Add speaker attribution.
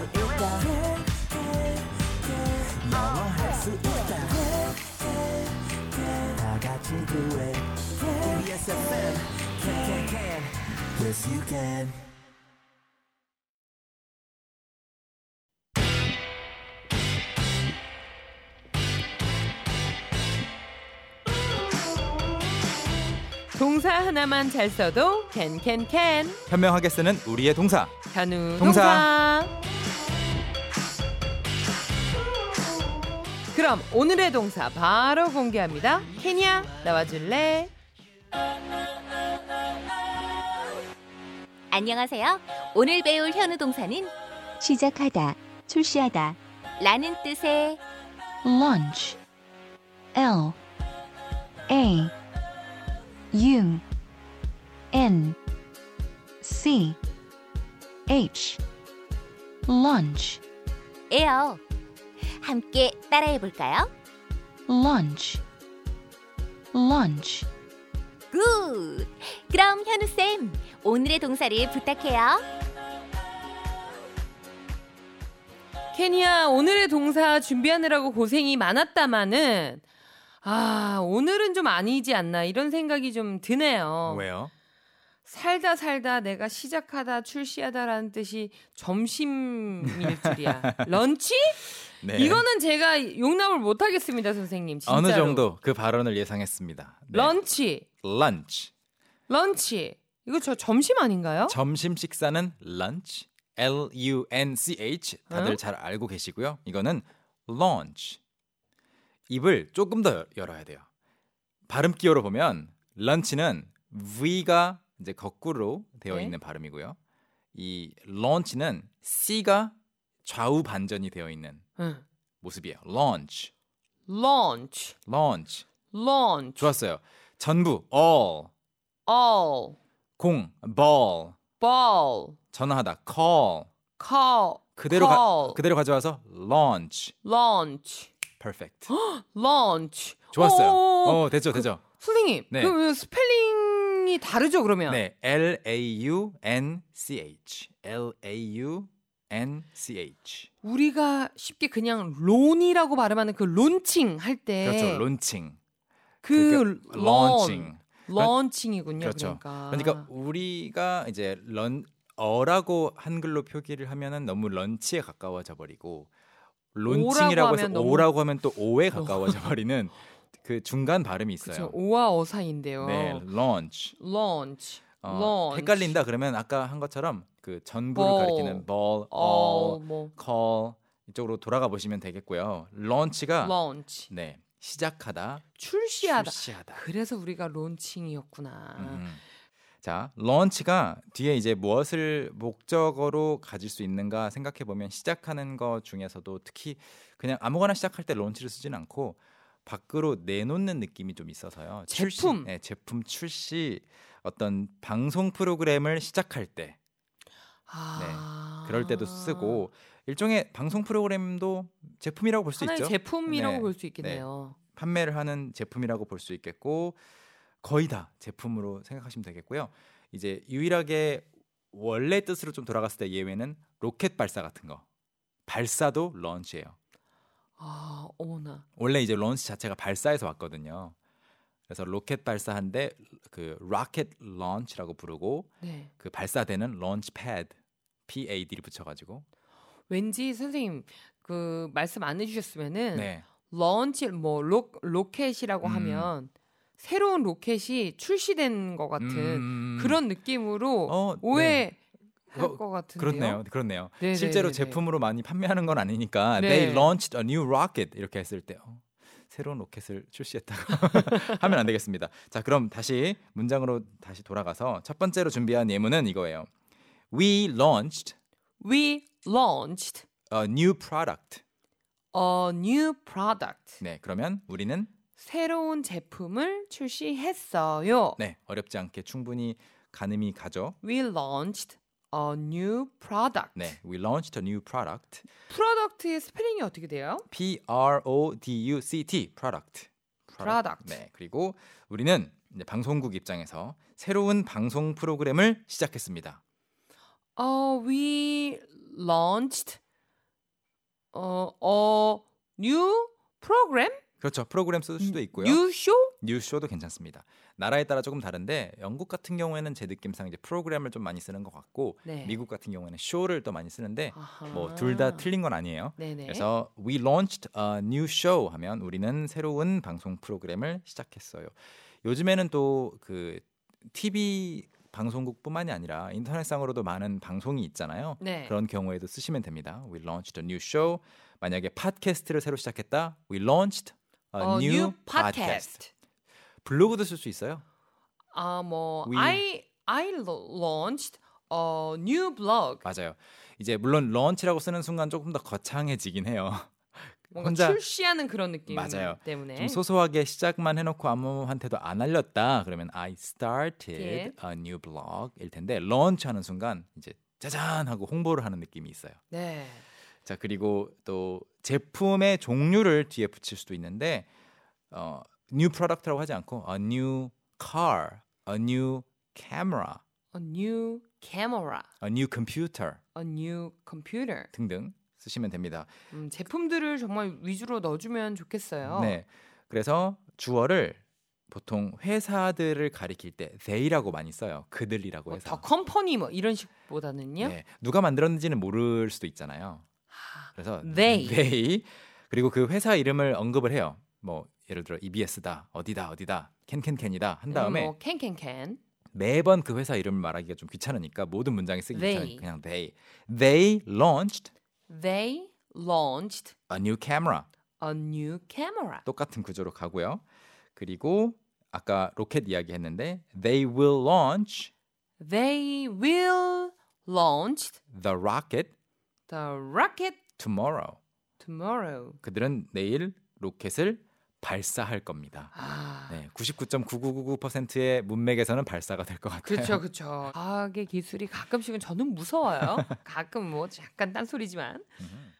Speaker 1: 있다 영화할 수 있다 다 같이 do it KBS FM can can can yes you can
Speaker 2: 동사 하나만 잘 써도 캔캔캔
Speaker 3: 현명하게 쓰는 우리의 동사.
Speaker 2: 단우
Speaker 3: 동사.
Speaker 2: 동사. 그럼 오늘의 동사 바로 공개합니다. 케냐 나와줄래?
Speaker 4: 안녕하세요. 오늘 배울 현우 동사는
Speaker 5: 시작하다, 출시하다,
Speaker 4: 라는 뜻의
Speaker 5: launch, L, A, U, N, C, H, launch,
Speaker 4: 에요. 함께 따라해 볼까요?
Speaker 5: launch, launch.
Speaker 4: 굿. 그럼 현우 쌤, 오늘의 동사를 부탁해요.
Speaker 2: 케냐 오늘의 동사 준비하느라고 고생이 많았다마는 아 오늘은 좀 아니지 않나 이런 생각이 좀 드네요.
Speaker 3: 왜요?
Speaker 2: 살다 살다 내가 시작하다 출시하다라는 뜻이 점심일 줄이야. 런치?
Speaker 3: 네.
Speaker 2: 이거는 제가 용납을 못하겠습니다, 선생님. 진짜로.
Speaker 3: 어느 정도 그 발언을 예상했습니다. 네.
Speaker 2: 런치,
Speaker 3: lunch.
Speaker 2: 런치. 이거 저 점심 아닌가요?
Speaker 3: 점심 식사는 lunch. L U N C H 다들
Speaker 2: 응?
Speaker 3: 잘 알고 계시고요. 이거는 launch. 입을 조금 더 열어야 돼요. 발음 기호로 보면 lunch는 V가 이제 거꾸로 되어
Speaker 2: 네.
Speaker 3: 있는 발음이고요. 이 launch는 C가 좌우 반전이 되어 있는
Speaker 2: 응.
Speaker 3: 모습이에요. launch.
Speaker 2: 런치,
Speaker 3: launch.
Speaker 2: 런치,
Speaker 3: 좋았어요. 전부 all
Speaker 2: all,
Speaker 3: 공 ball
Speaker 2: ball,
Speaker 3: 전화하다 call
Speaker 2: call,
Speaker 3: 그대로
Speaker 2: call,
Speaker 3: 가, 그대로 가져와서 launch
Speaker 2: 런치,
Speaker 3: perfect
Speaker 2: 런치.
Speaker 3: 좋았어요.
Speaker 2: 오,
Speaker 3: 어 됐죠 됐죠.
Speaker 2: 선생님,
Speaker 3: 네.
Speaker 2: 그럼 스펠링이 다르죠, 그러면?
Speaker 3: 네 L A U N C H L A U N C H
Speaker 2: 우리가 쉽게 그냥 론이라고 발음하는 그 론칭 할 때.
Speaker 3: 그렇죠 론칭
Speaker 2: 네. 그
Speaker 3: 그게
Speaker 2: 런,
Speaker 3: launching.
Speaker 2: 런칭이군요.
Speaker 3: 그렇죠.
Speaker 2: 그러니까.
Speaker 3: 그러니까 우리가 이제 런 어라고 한글로 표기를 하면은 너무 런치에 가까워져 버리고
Speaker 2: 오라고
Speaker 3: 론칭이라고 해서
Speaker 2: 하면 너무-
Speaker 3: 오라고 하면 또 오에 가까워져 버리는 그 중간 발음이 있어요.
Speaker 2: 그렇죠. 오와 어사인데요.
Speaker 3: 네, launch.
Speaker 2: 런치,
Speaker 3: 어,
Speaker 2: 런치.
Speaker 3: 헷갈린다 그러면 아까 한 것처럼 그 전부를
Speaker 2: Ball.
Speaker 3: 가리키는 ball,
Speaker 2: 어,
Speaker 3: all,
Speaker 2: 뭐
Speaker 3: call 이쪽으로 돌아가 보시면 되겠고요. launch가
Speaker 2: 런치.
Speaker 3: 네 시작하다,
Speaker 2: 출시하다.
Speaker 3: 아. 출시하다.
Speaker 2: 그래서 우리가 론칭이었구나.
Speaker 3: 음. 자, launch가 뒤에 이제 무엇을 목적어로 가질 수 있는가 생각해 보면 시작하는 것 중에서도 특히 그냥 아무거나 시작할 때 launch를 쓰진 않고 밖으로 내놓는 느낌이 좀 있어서요.
Speaker 2: 제품.
Speaker 3: 출시, 네, 제품 출시 어떤 방송 프로그램을 시작할 때
Speaker 2: 아.
Speaker 3: 네. 그럴 때도 쓰고 일종의 방송 프로그램도 제품이라고 볼 수
Speaker 2: 하나의
Speaker 3: 있죠.
Speaker 2: 제품이라고
Speaker 3: 네.
Speaker 2: 볼 수 있겠네요.
Speaker 3: 판매를 하는 제품이라고 볼 수 있겠고 거의 다 제품으로 생각하시면 되겠고요. 이제 유일하게 원래 뜻으로 좀 돌아갔을 때 예외는 로켓 발사 같은 거. 발사도 런치예요.
Speaker 2: 아, 어머나.
Speaker 3: 원래 이제 런치 자체가 발사에서 왔거든요. 그래서 로켓 발사한데 그 로켓 런치라고 부르고
Speaker 2: 네.
Speaker 3: 그 발사되는 런치 패드 PAD를 붙여 가지고
Speaker 2: 왠지 선생님 그 말씀 안 해주셨으면은
Speaker 3: 네.
Speaker 2: 런치 뭐 로, 로켓이라고
Speaker 3: 음.
Speaker 2: 하면 새로운 로켓이 출시된 것 같은
Speaker 3: 음.
Speaker 2: 그런 느낌으로
Speaker 3: 어,
Speaker 2: 오해 할
Speaker 3: 어,
Speaker 2: 것 같은데요.
Speaker 3: 그렇네요. 그렇네요.
Speaker 2: 네,
Speaker 3: 실제로
Speaker 2: 네, 네, 네.
Speaker 3: 제품으로 많이 판매하는 건 아니니까
Speaker 2: 네.
Speaker 3: they launched a new rocket 이렇게 했을 때 어, 새로운 로켓을 출시했다고 하면 안 되겠습니다. 자, 그럼 다시 문장으로 다시 돌아가서 첫 번째로 준비한 예문은 이거예요. We launched
Speaker 2: We launched
Speaker 3: a new product.
Speaker 2: a new product.
Speaker 3: 네, 그러면 우리는
Speaker 2: 새로운 제품을 출시했어요.
Speaker 3: 네, 어렵지 않게 충분히 가늠이 가죠.
Speaker 2: We launched a new product.
Speaker 3: 네, we launched a new product.
Speaker 2: 프로덕트의 스펠링이 어떻게 돼요?
Speaker 3: P R O D U C T product.
Speaker 2: Product.
Speaker 3: 네, 그리고 우리는 이제 방송국 입장에서 새로운 방송 프로그램을 시작했습니다.
Speaker 2: 어, we launched 어, a new program,
Speaker 3: 그렇죠. 프로그램 쓸 수도 있고요.
Speaker 2: new show.
Speaker 3: 뉴스쇼도 괜찮습니다. 나라에 따라 조금 다른데 영국 같은 경우에는 제 느낌상 이제 프로그램을 좀 많이 쓰는 것 같고
Speaker 2: 네.
Speaker 3: 미국 같은 경우에는 쇼를 또 많이 쓰는데
Speaker 2: 아하.
Speaker 3: 뭐 둘 다 틀린 건 아니에요.
Speaker 2: 네네.
Speaker 3: 그래서 we launched a new show 하면 우리는 새로운 방송 프로그램을 시작했어요. 요즘에는 또 그 TV 방송국뿐만이 아니라 인터넷상으로도 많은 방송이 있잖아요.
Speaker 2: 네.
Speaker 3: 그런 경우에도 쓰시면 됩니다. We launched a new show. 만약에 팟캐스트를 새로 시작했다. We launched a,
Speaker 2: a
Speaker 3: new, podcast. 블로그도 쓸 수 있어요.
Speaker 2: 아, 뭐
Speaker 3: We-
Speaker 2: I I launched a new blog.
Speaker 3: 맞아요. 이제 물론 런치라고 쓰는 순간 조금 더 거창해지긴 해요.
Speaker 2: 뭔가
Speaker 3: 혼자-
Speaker 2: 출시하는 그런 느낌
Speaker 3: 맞아요.
Speaker 2: 때문에
Speaker 3: 좀 소소하게 시작만 해놓고 아무한테도 안 알렸다. 그러면 I started
Speaker 2: 예.
Speaker 3: a new blog일 텐데 런치하는 순간 이제 짜잔 하고 홍보를 하는 느낌이 있어요.
Speaker 2: 네.
Speaker 3: 자 그리고 또 제품의 종류를 뒤에 붙일 수도 있는데 어, new product라고 하지 않고 a new car, a new camera,
Speaker 2: a new camera,
Speaker 3: a new computer
Speaker 2: a new computer.
Speaker 3: 등등 쓰시면 됩니다.
Speaker 2: 음, 제품들을 정말 위주로 넣어주면 좋겠어요.
Speaker 3: 네. 그래서 주어를 보통 회사들을 가리킬 때 they라고 많이 써요. 그들이라고
Speaker 2: 뭐,
Speaker 3: 해서.
Speaker 2: 더 컴퍼니 뭐 이런 식보다는요.
Speaker 3: 네. 누가 만들었는지는 모를 수도 있잖아요. 그래서
Speaker 2: they.
Speaker 3: 그리고 그 회사 이름을 언급을 해요. 뭐 예를 들어 EBS다. 어디다 어디다. 그 캔캔캔이다. 한 다음에
Speaker 2: 뭐 캔캔캔.
Speaker 3: 매번 그 회사 이름을 말하기가 좀 귀찮으니까 모든 문장에 쓰기
Speaker 2: They.
Speaker 3: 귀찮으니까 그냥 they. They launched
Speaker 2: They launched
Speaker 3: a new camera.
Speaker 2: a new camera.
Speaker 3: 똑같은 구조로 가고요. 그리고 아까 로켓 이야기했는데 they will launch
Speaker 2: They will launch
Speaker 3: the rocket
Speaker 2: the rocket
Speaker 3: tomorrow.
Speaker 2: tomorrow.
Speaker 3: 그들은 내일 로켓을 발사할 겁니다.
Speaker 2: 아.
Speaker 3: 네, 99.9999%의 문맥에서는 발사가 될 것 같아요.
Speaker 2: 그렇죠, 그렇죠. 과학의 기술이 가끔씩은 저는 무서워요. 가끔 뭐 약간 딴소리지만.
Speaker 3: 음.